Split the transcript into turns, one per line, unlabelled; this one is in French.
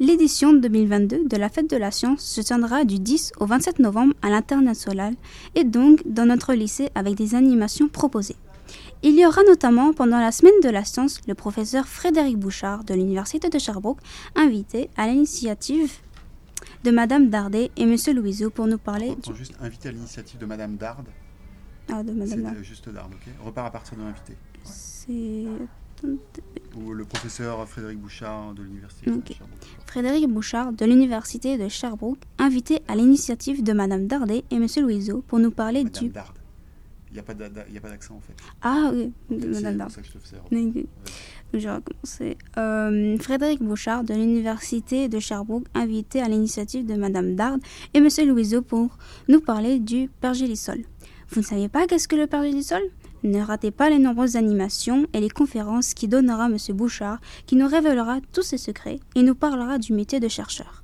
L'édition 2022 de la Fête de la Science se tiendra du 10 au 27 novembre à l'international et donc dans notre lycée avec des animations proposées. Il y aura notamment pendant la semaine de la science le professeur Frédéric Bouchard de l'Université de Sherbrooke invité à l'initiative de Madame Dardet et Monsieur Louiseau pour nous parler.
Ils sont juste invités à l'initiative de Madame Dard.
Ah, de
C'est
Madame Dardet.
euh, juste Dard, ok Repart à partir de l'invité.
C'est. Attendez.
Ou le professeur Frédéric Bouchard de l'université.
Ok.
de Sherbrooke.
Frédéric Bouchard de l'Université de Sherbrooke, invité à l'initiative de Madame Dardet et Monsieur Louiseau pour nous parler
Madame
du.
Dard. Il n'y a pas d'a- d'a- il y a pas d'accent en fait.
Ah oui, de
C'est
Madame
pour
Dardet.
ça que je te faisais reprendre.
Donc, Je recommence. Euh, Frédéric Bouchard de l'Université de Sherbrooke, invité à l'initiative de Madame Dard et Monsieur Louiseau pour nous parler du pergélisol. Vous ne savez pas qu'est-ce que le pergélisol Ne ratez pas les nombreuses animations et les conférences qui donnera Monsieur Bouchard, qui nous révélera tous ses secrets et nous parlera du métier de chercheur.